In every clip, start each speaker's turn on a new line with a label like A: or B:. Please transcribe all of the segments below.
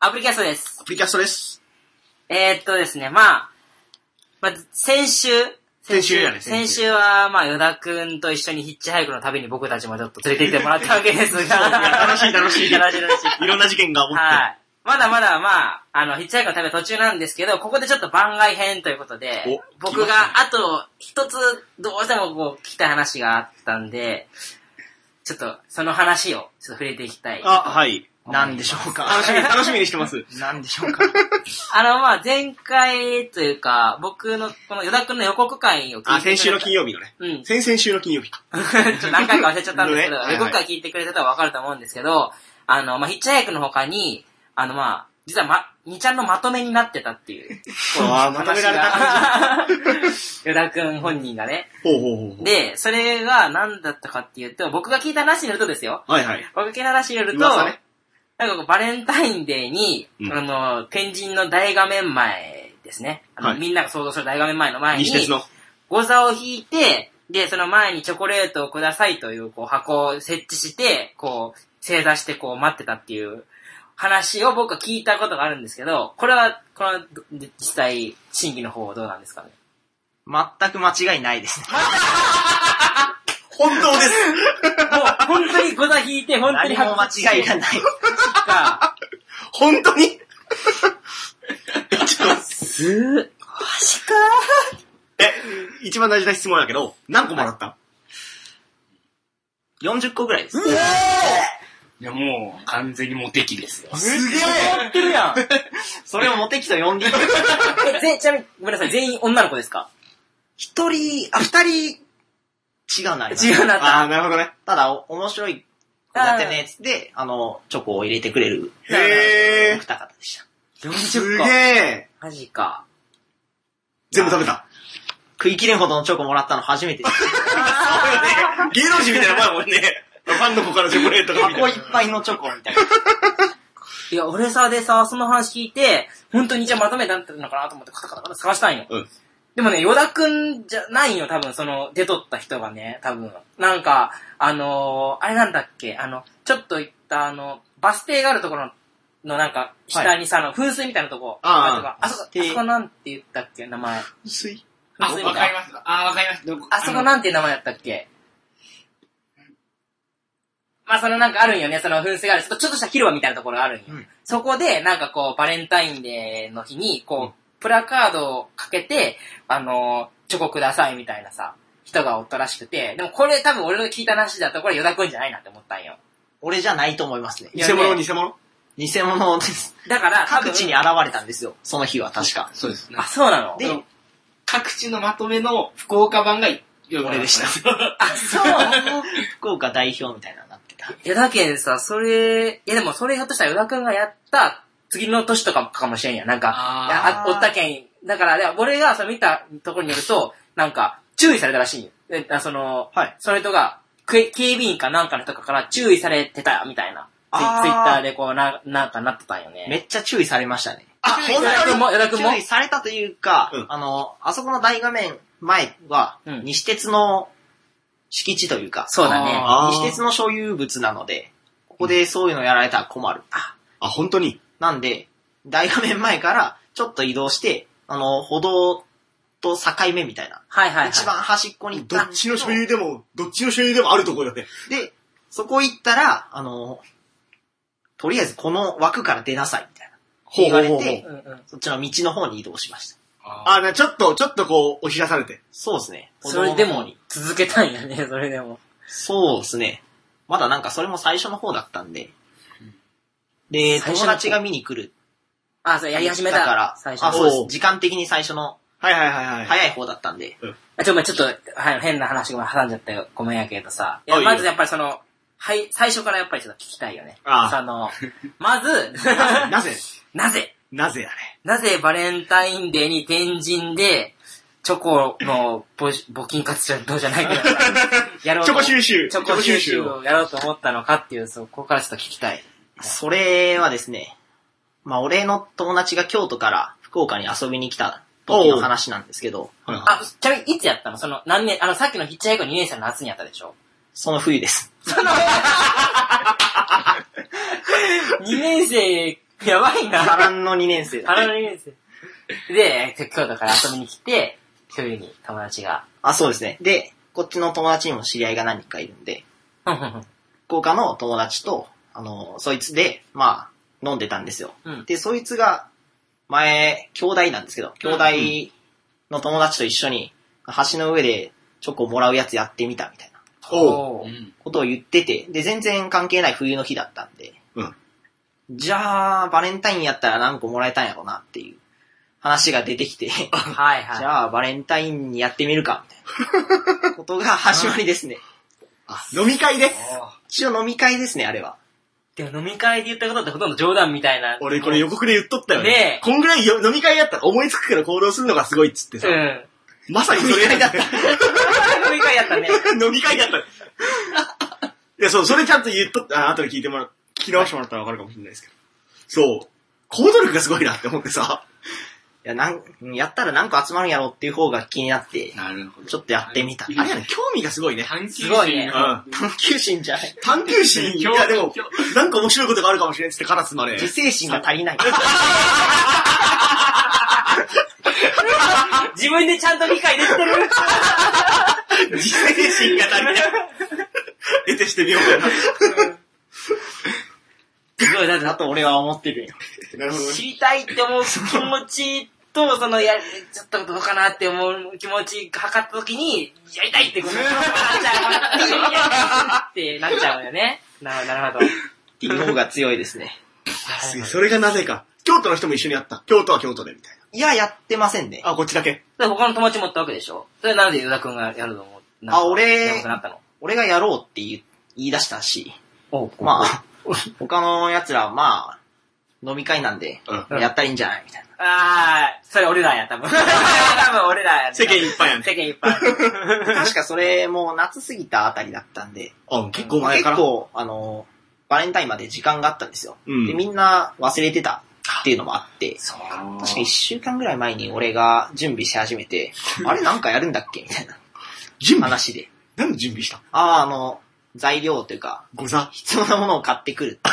A: アプリキャストです。
B: アプリキャストです。
A: えー、っとですね、まあ、まあ、先週、
B: 先週やね
A: 先
B: 先週
A: 週は、まあ、与田くんと一緒にヒッチハイクの旅に僕たちもちょっと連れて行ってもらったわけですが
B: いや。楽しい楽しい
A: 楽しい楽しい。
B: いろんな事件が起こって。
A: はい。まだまだまあ、あの、ヒッチハイクの旅途中なんですけど、ここでちょっと番外編ということで、
B: お
A: 僕
B: 来まし
A: があと一つどうしてもこう聞きたい話があったんで、ちょっとその話をちょっと触れていきたい。あ
B: あ、はい。
C: なんでしょうか。
B: 楽しみ、楽しみにしてます。
C: なんでしょうか。
A: の、まあ前回というか、僕のこの与田くんの予告会を聞いてくれた。
B: あ、先週の金曜日のね。
A: うん。
B: 先々週の金曜日。
A: ちょっと何回か忘れちゃったんですけど、
B: ね はいはい
A: 予告会聞いてくれてたらわかると思うんですけど、あの、まあ、ヒッチハイクの他に、あの、まあ、実はま、2ちゃんのまとめになってたって いう。
B: ああ、まとめられた感
A: 感じ。 与田くん本人がね。
B: じ。ほうほうほうほ
A: で、それが何だったかっていうと、僕が聞いた話によるとですよ。
B: う。はいはい。
A: 僕が聞いた話によると、
B: 噂ね。
A: なんかこうバレンタインデーに、
B: うん
A: あの、天神の大画面前ですね。あの
B: はい
A: みんなが想像する大画面前の前に、
B: 西鉄の。
A: ゴザを引いて、で、その前にチョコレートをくださいという、こう、箱を設置して、こう、正座してこう待ってたっていう話を僕は聞いたことがあるんですけど、これは、この、実際、審議の方はどうなんですかね。
C: 全く間違いないですね。
B: 本当です。
A: もう、本当にゴザ引いて、本当
C: 何
A: に
C: も間違 いが
A: い
C: ない。
A: か。
B: 本当にちょっと
A: す
B: え、一番大事な質問だけど、何個もらった
C: 40個ぐらいです。
B: おー
D: いや、もう、完全にモテ期ですよ。
B: すげ
A: やってるやん。
C: それをモテキと呼んでいる。
A: え、ぜ、ちなみに、ごめんなさい、全員女の子ですか
C: 一人、あ、二人、違うな。あります
A: 違うなった。
B: あー、なるほどね。
C: ただ、お面白い子だってね、つって、あの、チョコを入れてくれる、お
B: へ
C: 二方でした。
B: ー。す
A: 40
B: げ
A: 個。
B: え。
A: マジか。
B: 全部食べた。
C: 食い切れんほどのチョコもらったの初めてです。
B: 芸能人みたいなもんやもんね。ファンの子からチョコレートがみたい
C: 箱
B: ない
C: っぱいのチョコみ たいな。
A: いや、俺さ、でさ、その話聞いて、本当にじゃあまとめたんのかなと思って、カタカタカタ探したいの。
B: うん
A: でもね、ヨダくんじゃないよ、多分、その、出とった人がね、多分。なんか、あのーあれなんだっけ、あの、ちょっと行った、あの、バス停があるところの、なんか、下にさ、あの、噴水みたいなとこ、
B: ああ
A: とかあそこ、あ
C: で
A: そこなんて言ったっけ、名前。
B: 薄い。
D: あ、
A: 噴水
D: わ
A: み
D: か
A: たい
D: り
A: な。
D: ます。あ、わかります。どこ
A: あそこ
D: の
A: なんて名前だったっけまあ、そのなんかあるんよね、その噴水がある。ちょっとちょっとした広場みたいなところがあるんよ。
C: うん
A: そこで、なんかこう、バレンタインデーの日に、こう、プラカードをかけて、あのーチョコくださいみたいなさ、人がおったらしくて、でもこれ多分俺の聞いた話だと、これヨダくんじゃないなって思ったんよ。
C: 俺じゃないと思いますね。
A: い
B: 偽
A: や
B: 物、
A: ね
B: 偽物。
C: 偽物です。
A: だから、多分
C: 各地に現れたんですよ。その日は確か。
D: そうですね
A: あ、。そうなの
C: で
D: で、各地のまとめの福岡版が、。
C: 俺でした
A: あ、そう
C: 福岡代表みたいなのになってた。
A: いや、だけどさ、それ、いやでもそれひょっとしたら与田くんがやった次の年とかかもしれんや。なんか、
D: あー
A: いやあおったけん。だから、で俺がその見たところによると、なんか、注意されたらしいんよであその、
C: はい
A: その人が、く警備員かなんかの人から注意されてたみたいな。ツイ
C: あー
A: ツイッターでこうな、なんかなってたんよね。
C: めっちゃ注意されましたね。
B: あ、
A: 与田くんも、与田くんも
C: 注意されたというか、
B: うん
C: あの、あそこの大画面前は、
A: うん
C: 西鉄の敷地というか、
A: そうだね。
B: あー
C: 西鉄の所有物なので、ここでそういうのやられたら困る。
B: あ、本当に。
C: なんで、大画面前からちょっと移動して、あの、歩道と境目みたいな。
A: はいはいはい。
C: 一番端っこに
B: ど
C: ダッ
B: っ
C: と
B: ちの所有でも、どっちの所有でもあるところだって。
C: で、そこ行ったら、あの、とりあえずこの枠から出なさい、みたいな。
B: ほうほう
C: 言
B: ほう
C: われて
A: うんうん。
C: そっちの道の方に移動しました。
D: あ
B: あ、なちょっと、ちょっとこう、押し出されて。
C: そうですね。
A: それで
C: 歩道の方
A: も
C: に、
A: 続けたんやね、 それでも。
C: そうですね。まだなんかそれも最初の方だったんで。で、
A: 最初
C: 友
A: の方
C: 達が見に来る。
A: あ、そう、やり始めた。
C: だから、
A: 最初
C: あ、そうです
B: お。う
C: 時間的に最初の
B: はいはいはいはい。
C: 早い方だったんで。
A: あちょ、まあちょっと、はい、変な話ごめん挟んじゃったよ。ごめんやけどさ。いや
B: あいいよ
A: まずやっぱりその、はい、最初からやっぱりちょっと聞きたいよね。
B: ああ
A: その、ま ず、
B: なぜ
A: なぜ、
B: なぜやね。
A: なぜバレンタインデーに天神で、チョコの募集募金活動じゃないけど、 やろう
B: チ
A: と
B: ョコ収集。
A: チョコ収
B: チ
A: 集
B: ョコ
A: をやろうと思ったのかっていう、そこからちょっと聞きたい。
C: それはですね、まあ俺の友達が京都から福岡に遊びに来た時の話なんですけど、
B: はいはい
A: あ、ちなみにいつやったのその、何年、あの、さっきのヒッチハイク2年生の夏にやったでしょ
C: その冬です。
A: 2年生やばいな。
C: 波乱の2年生だ。
A: あのニュース。で、京都から遊びに来て、そういうふうに友達が。
C: あ、そうですね。で、こっちの友達にも知り合いが何人かいるんで、
A: うんうん
C: 福岡の友達と、あの、そいつで、まあ、飲んでたんですよ。
A: うん
C: で、そいつが、前、兄弟なんですけど、兄弟の友達と一緒に、橋の上でチョコもらうやつやってみたみたいな
B: お
A: お
B: う。
A: う
D: うん。
C: ことを言ってて、で、全然関係ない冬の日だったんで、
B: うん
C: じゃあ、バレンタインやったら何個もらえたんやろなっていう話が出てき て、
A: はいはい。
C: じゃあ、バレンタインにやってみるか、みたいなことが始まりです ね。
B: あ飲み会で
C: 一応飲み会ですね、あれは。
A: でも飲み会で言ったことってほとんど冗談みたいな。
B: 俺これ予告で言っとったよね。
A: ねえ
B: こんぐらいよ飲み会やったら思いつくから行動するのがすごいっつって
A: う
B: さ。
A: ん。
B: まさにそれだった。
A: 飲み会やったね。
B: 飲み会だった。いや、そう、それちゃんと言っとった、あ後で聞いてもらう、聞き直してもらったらわかるかもしれないですけど。そう。行動力がすごいなって思ってさ。
C: いや、なん、やったら何個集まるんやろうっていう方が気になって、
D: なるほど。
C: ちょっとやってみた。
B: あれやね、興味がすごいね。
D: 探求心
A: すごいね
D: が
C: 探求心じゃない。
B: 探求心、い
D: 興味
B: やでも、なんか面白いことがあるかもしれんっつってカラスまで。
C: 自
B: 自
C: 制心が足 りない。
A: 自分でちゃんと理解できてる。
B: 制心が足りない。得てしてみようか
A: すごい、だって
C: だと俺は思ってるよ。
B: な。なるほどね。
A: 知りたいって思う気持ちと、その、や、ちょっとどうかなって思う気持ち測った時に、やりたいって ことになっちゃう。ってなっちゃうよね。ななるほど。
C: っていう方が強いですね。
B: それがなぜか。京都の人も一緒にやった。京都は京都で、みたい
C: いや、やってませんね。
B: な。あ、こっちだけ。
A: で、他の友達持ったわけでしょそれなんでユダ君がやると思うなんか
C: あ俺
A: やばくなったの
C: 俺がやろうって言い言い出したし、
A: お
C: ま あ、他の奴らはまあ、飲み会なんで、
B: うん。
A: うん
C: やったらいいんじゃないみたいな。
A: あー、それ俺らや、多 分。多分俺らや。
B: 世間一般やね
A: 世間一 般。
C: 確かそれもう夏過ぎたあたりだったんで、
B: あ、結構前
C: 結
B: から。
C: 構、あの、バレンタインまで時間があったんですよ。
B: うん
C: で、みんな忘れてたっていうのもあって、
D: そう
C: 確か一週間ぐらい前に俺が準備し始め て、あれなんかやるんだっけみたいな
B: 準備
C: 話で。
B: 何の準備した
C: ああ、あの、材料というか、
B: ござ。
C: 必要なものを買ってくる。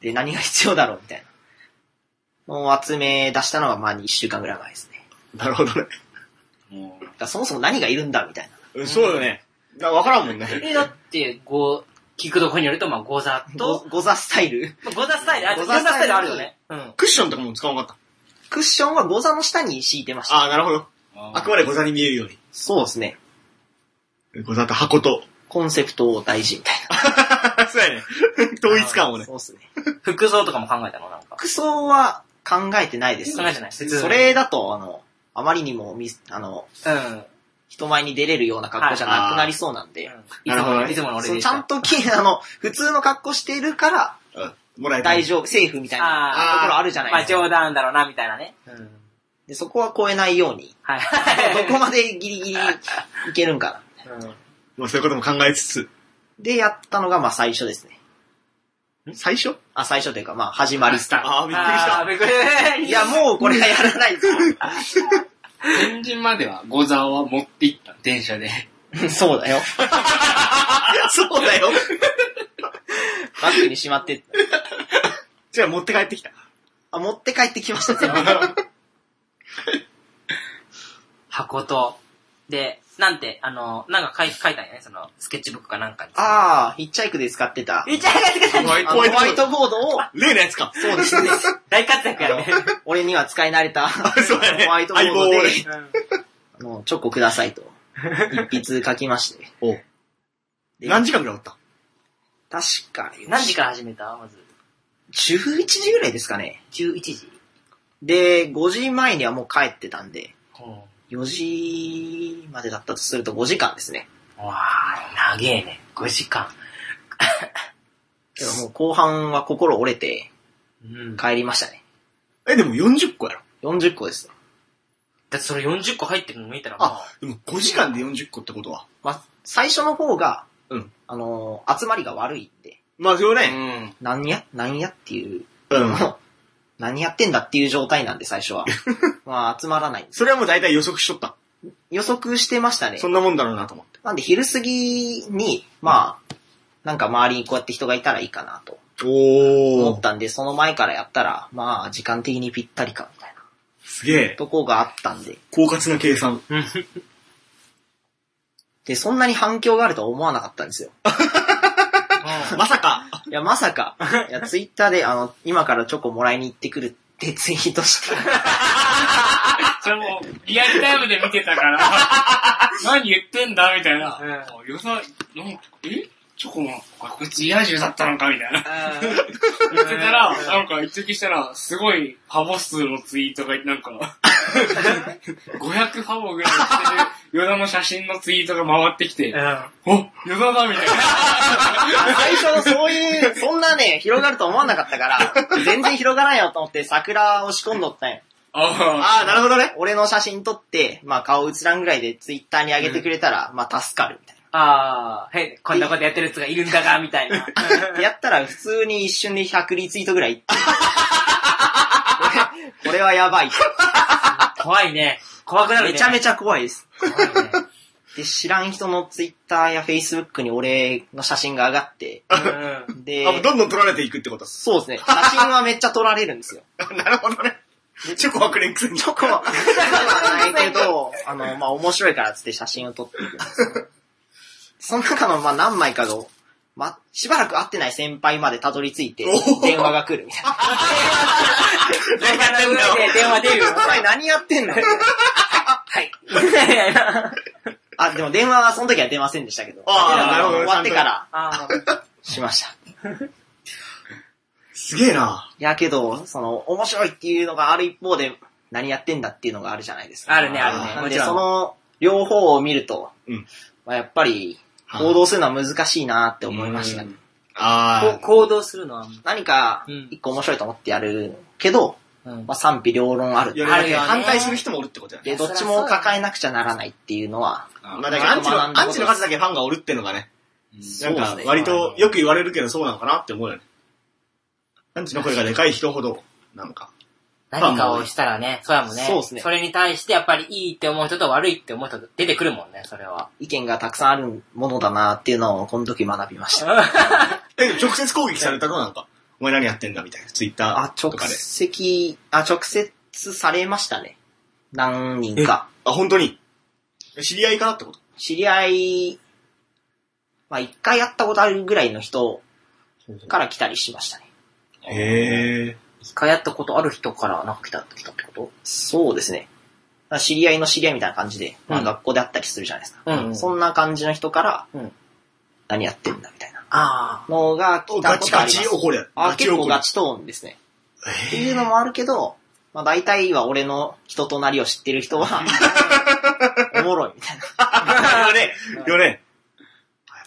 C: で、何が必要だろうみたいな。のを集め出したのがまあ一週間ぐらい前ですね。
B: なるほどね。
D: もう
C: だからそもそも何がいるんだみたいな。
B: うんそうよね。だわからんもんね。
A: え、だって、ご、聞くとこによると、まあ、ゴザ
C: ご
A: と、
C: ご座スタイル
A: まあゴザスタイル、あ、ゴ
C: ゴ
A: ザ
C: ザ
A: ス
C: ス
A: タイ
C: タイ
A: ル
C: ル
A: あるよね。うん。
B: クッションとかも使わなかっ。
C: クッションはご座の下に敷いてましたた。
B: ああ、なるほど。あくまでござに見えるように。
C: そうですね。
B: ござと箱と。
C: コンセプトを大事みたいな。
B: そうやね。 統一感をね。
C: そうですね。
A: 服装とかも考えたのなんか。
C: 服装は考えてないです。
A: 考えてない
C: それだと、あの、あまりにもミス、あの、
A: うん。
C: 人前に出れるような格好じゃなくなりそうなんで、
A: いつ
B: なるほ
A: も
B: ど
A: の、
B: ね
A: いつもの俺
C: そ
A: で
C: の
A: し
C: ちゃん
A: た。
C: とき、あの、普通の格好しているから
B: うん。もらえた。
C: 大丈夫、セーフみたいな
A: あー
C: ところあるじゃ
A: ま
C: ない
A: あ、
C: ですか。
A: 冗談だろうな、みたいなね。うん。
C: でそこは超えないように、
A: はい。
C: どこまでギリギリいけるんかな。
B: まあそういうことも考えつつ。
C: で、やったのが、まあ最初ですね。
B: 最初
C: あ、最初というか、まあ始まりスター
B: ああ、
A: う
B: び
A: ん。
B: っくりした。
A: あーびっくりした。
C: ト。いや、もうこれはやらないと。
D: 天神まではゴザを持って行ったの電車で。
C: そうだよ。
B: そうだよ。
C: バッグにしまって。
B: じゃあ持って帰ってきた。
C: あ、持って帰ってきました、全部
A: 箱と、で、なんて、あの、なんか書い書いたんやね、その、スケッチブックかなんかに。
C: ああ、ヒッチハイクで使ってた。
A: めっちゃ上がってく
B: ホワ
C: あ
B: イ
C: の
B: ト
C: ホ
B: ボ
C: ワイ
B: ード
C: トボードを、
B: 例のやつか。
C: そうですね。
A: 大活躍やね。
C: 俺には使い慣れた
B: そうやね
C: ホワイトボードで
B: 相棒をね、
C: あのチョコくださいと、一筆書きまして。
B: おう
C: で
B: 何時間ぐらいおった
C: 確かに。
A: 何時から始めたまず。
C: ?11 時ぐらいですかね。
A: 11時。
C: で、5時前にはもう帰ってたんで、4時までだったとすると5時間ですね。
A: わー、長えね。5時間。
C: けどもう後半は心折れて
A: うん。だ
C: 帰りましたね。
B: え、でも40個やろ。
C: 40個です。
A: ってそれ40個入ってるの見たら、
B: あ、でも5時間で40個ってことは。
C: まあ、最初の方が、
B: うん
C: あのー集まりが悪いんで、
B: まあ、それはね。
D: ん。
C: 何や、何やっていう
B: うん。
C: 何やってんだっていう状態なんで、最初は。まあ、集まらないんです。
B: それはもう大体予測しとった。
C: 予測してましたね
B: そ。んなもんだろうなと思って。
C: なんで、昼過ぎに、まあ、なんか周りにこうやって人がいたらいいかなと
B: お
C: 思
B: お
C: っ。たんで、その前からやったら、まあ、時間的にぴったりか、みたい
B: すげえ
C: な。とこがあったんで。
B: 狡猾な計算。
C: で、そんなに反響があるとは思わなかったんですよ。
B: まさか。
C: いや、まさか、 いや、ツイッターで、あの、今からチョコもらいに行ってくるってツイートして、
D: それも、リアルタイムで見てた から、何言ってんだみたいな。よさ、なんか、えチョコも、あ、こいつリア充だったのかみたいな。言ってたら、なんか一時したら、すごい、ファボ数のツイートが、なん か、500ファボぐらいしてる、ヨダの写真のツイートが回ってきて、おヨダだみ たいな。
C: 最初のそういう、 そんなね、広がると思わなかったから、全然広がらんよと思って桜押し込んどったんよ。
D: あ
B: ああ、なるほどね。
C: 俺の写真撮って、まあ顔映らんぐらいでツイッターに上げてくれたら、まあ助かるみたい
A: あー、へ、こんなことやってる奴がいるんだが、みたいな。
C: な。やったら普通に一瞬で100リツイートぐらいい ってこれこれはやばい。
A: 怖いね。怖くなるね。
C: めちゃめ
A: ち
C: ちゃ怖いです。
A: ゃ怖いね。
C: で、知らん人のツイッターやフェイスブックに俺の写真が上がって、
A: うんうん
C: で、
B: あどんどん取られていくってことです。
C: そうですね、写真はめっちゃ撮られるんですよ。
B: なるほどね。チョコはくれんくせに。チョコは。
C: ないけど、あの、まあ、面白いからっつって写真を撮っていくんですよ。その中の、まあ、何枚かが、ま、しばらく会ってない先輩までたどり着いて
B: お、お
C: 電話が来るみたい
A: 電
C: な。
A: 話の上で電話出るよ。
C: お前何やってんのはい。あ、でも電話はその時は出ませんでしたけど。
B: あーなるほど
C: 終わってから
A: あー
C: しました。い
B: すげえな。
C: やけど、その、面白いっていうのがある一方で、何やってんだっていうのがあるじゃないですか。
A: あるね、ある
C: な
A: ね。
C: ん
A: も
C: で、
A: ちろ
C: そ
A: ん。
C: の、両方を見ると、
B: うん
C: まあ、やっぱり、行動するのは難しいなって思いましたね。
B: あ
A: こ行動するのは、
C: 何か
A: うん、
C: 一個面白いと思ってやるけど、
A: うん
C: まあ、賛否両論ある
B: あ。い。や
A: あるよね
B: 反対する人もおるってことやね。
C: で、どっちも抱えなくちゃならないっていうのは、
D: あ
B: まあだからアンチの、
C: 学んだ
B: ア
C: こと
B: ンチの数だけファンがおるってのがね、
C: そ
B: な
C: うんです
B: か
C: ね
B: 割とよく言われるけどそうなのかなって思うよね。アンチの声がでかい人ほど、なんか。
A: 何かをしたらね、そうやもんね。
C: そうっすね
A: それに対してやっぱりいいって思う人と悪いって思う人と出てくるもんね、それは。
C: 意見がたくさんあるものだなっていうのを、この時学びました。
B: え、直接攻撃されたのなんか、お前何やってんだみたいな、ツイッタ
C: あ、
B: ー
C: 直
B: とかで。
C: 接、あ、直接されましたね。何人か。
B: あ、本当に知り合いかなってこと
C: 知り合い、まあ、一回やったことあるぐらいの人から来たりしましたね。
B: へえ。
A: 一回やったことある人からなんか来た来たってこと
C: そうですね。知り合いの知り合いみたいな感じで、ま
A: う
C: あ、
A: ん
C: 学校であったりするじゃないですか。
A: うんうん
C: そんな感じの人から、
A: うん
C: 何やってんだみたいな
A: あ
C: のが来た
B: ガ
C: こ
B: チ
C: とあ
B: ガ
C: ります。
B: チ怒るやん。
C: あ、結構ガ
B: チ
C: チトーンですね。
B: 怒る。
C: っていうのもあるけど、まあ大体は俺の人となりを知ってる人 は、おもろいみたいな。
B: よ ね、よね。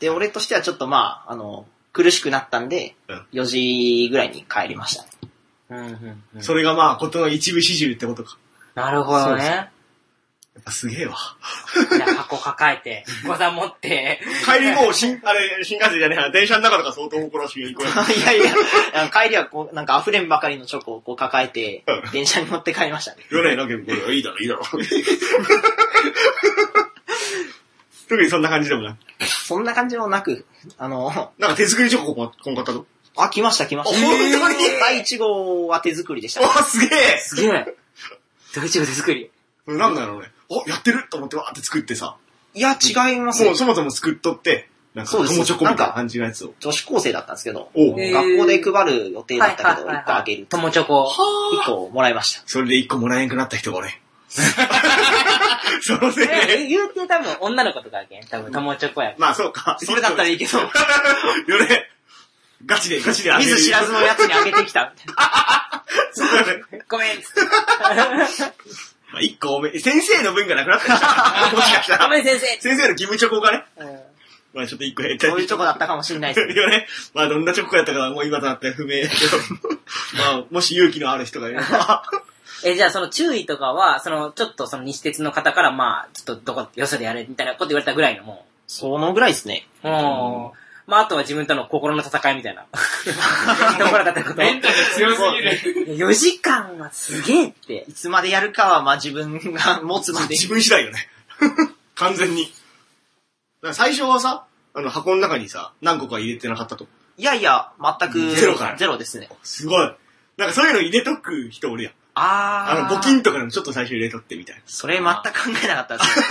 C: で、俺としてはちょっとまあ、あの、苦しくなったんで
B: うん、
C: 4時ぐらいに帰りま した。
A: あ。うんうんうん。
B: それがまあ、ことの一部始終ってことか。
A: なるほどね。
B: やっぱすげえわ。
A: じゃあ箱抱えて、ござ持って、
B: 帰りもう、新、あれ、新幹線じゃねえな、電車の中とか相当怒らしいよ。これ
C: いやいや、 あの帰りはこう、なんか溢れんばかりのチョコをこう抱えて
B: う、
C: 電車に乗って帰りましたね。
B: よね、なんかこれ、いいだろ、いいだろ。特にそんな感じでもない。
C: そんな感じもなく、あの、
B: なんか手作りチョコこんこんかったと。
C: あ、来ました来まし
B: あ
C: た。
B: 本当に
C: 第1号は手作りでしたね。
B: あ、すげえ
A: すげえ。大丈夫手作り。
B: なんだろうね。お、やってると思ってわーって作ってさ。
C: いや、違います
B: も
C: よ
B: う。そもそも作っとって、なんか、
C: そうです
B: 友チョコみたいな感じのやつを。
C: 女子高生だったんですけど、
B: おう
A: えー
C: 学校で配る予定だったけど、
A: はいはいはいはい
C: 1個あげる。
A: 友チョコ。
C: 1個もらいました。
B: それで一個もらえんくなった人が俺。 そのせいで。
A: え言うて多分女の子とかやけん。多分友チョコやけん。
B: まあ そうか。
C: それだったらいいけど、
B: よね。ガチで、ガチで
C: 見ず知らずのやつにあげてきた。
B: そうだね。
A: ごめんっつって
B: まあ一個多め、先生の分がなく なったんじゃんもしかした
A: ご
B: ら。
A: めん先生
B: 先生の義務チョコがね、
A: うん
B: まあちょっと一個減ったり
C: そういうチョコだったかもしれないですね。
B: よね。まあどんなチョコやったかはもう今となっては不明だけ ど、まあもし勇気のある人がいれば、
A: え、じゃあその注意とかは、その、ちょっとその西鉄の方から、まあ、ちょっとどこ、よそでやれ、みたいなこと言われたぐらいのも
C: そのぐらいですね。
A: う。もう、まあ、あとは自分との心の戦いみたい な。ところだったこと。
D: メンタル強すぎる。
A: 4時間はすげえって。
C: いつまでやるかは、まあ自分が持つまで。
B: 自分次第よね。完全に。だから最初はさ、あの箱の中にさ、何個か入れてなかったと。
C: いやいや、全く。
B: ゼロから
C: ゼロですね。
B: すごい。なんかそういうの入れとく人おるやん。
C: あ
B: あ
C: ー。
B: の、募金とかでもちょっと最初入れとってみたいな。
C: それ全く考えなかった ですね。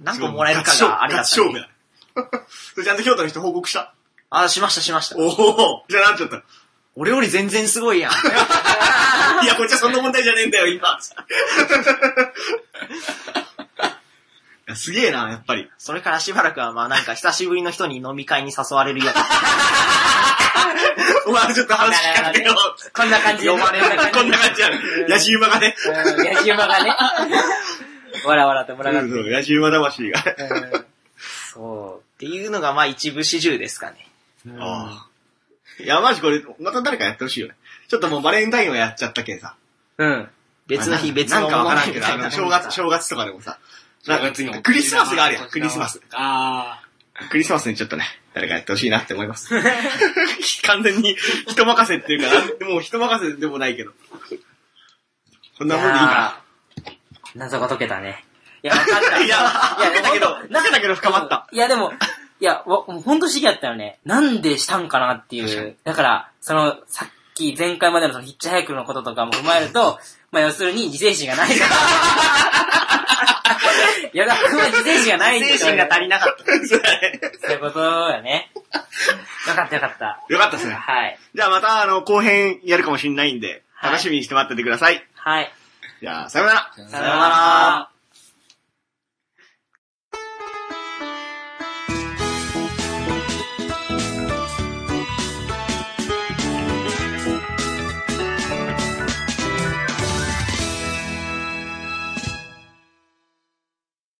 C: 何個もらえるかがあれだ
B: ガ
C: っ
B: チ
C: た
B: 勝
C: ん
B: 負
C: で。
B: だ。それちゃんと京都の人報告した。
C: あ、しましたしました。
B: おおじゃあなんちゃった
C: 俺より全然すごいやん。
B: いや、こっちはそんな問題じゃねえんだよ、 今。いやすげえな、やっぱり。
C: それからしばらくはまあなんか久しぶりの人に飲み会に誘われるよう
B: お前ちょっと話聞かせてよ。
A: こんな感じで。
C: 呼ばれる
B: こんな感じ やね。ヤジ馬がね。
A: うんヤジ馬が ね。わらわらと
B: そ
A: 群がって
B: う。 そう、ヤジ馬魂が。
A: うんそ
C: っていうのがまあ一部始終ですかね。
A: う。うん
B: ああ。いや、マジこれ、また誰かやってほしいよね。ちょっともうバレンタインはやっちゃったけんさ。
A: うん。
C: 別の日、
B: まあ
C: 別の
B: な
C: も
B: んか
C: の
B: わからん
C: に
B: け
C: み
B: ど、
C: た
B: あ
C: いな
B: の、正 月、正月とかでもさ。なん
D: 正月に
B: か、クリスマスがあるやん、クリスマス。。
D: あ
B: クリスマスにちょっとね、誰かやってほしいなって思い ます。完全に人任せっていうか、なんもう人任せでもないけど。こんなもんでいいか
A: いやー謎が解けたね。いや、分かった。
B: な。いや、解けたけど、
A: ほんと
B: 解けたけど深まった。
A: いや、でも、いや、わもうほんと不思議だったよね。なんでしたんかなっていう。だから、その、さっき前回までのそのヒッチハイクのこととかも踏まえると、まあ要するに自制心が ないから。いや、だから自制心がない
C: 精神が足りなかった。
B: そうだね
A: そういうことだね。よかったよかった。
B: よかったっすね。
A: はい。
B: じゃあまた、あの、後編やるかもしれないんで、
A: はい
B: 楽しみにして待っててください。
A: はい。
B: じゃあ、さようなら。
D: あ。
A: さようなら。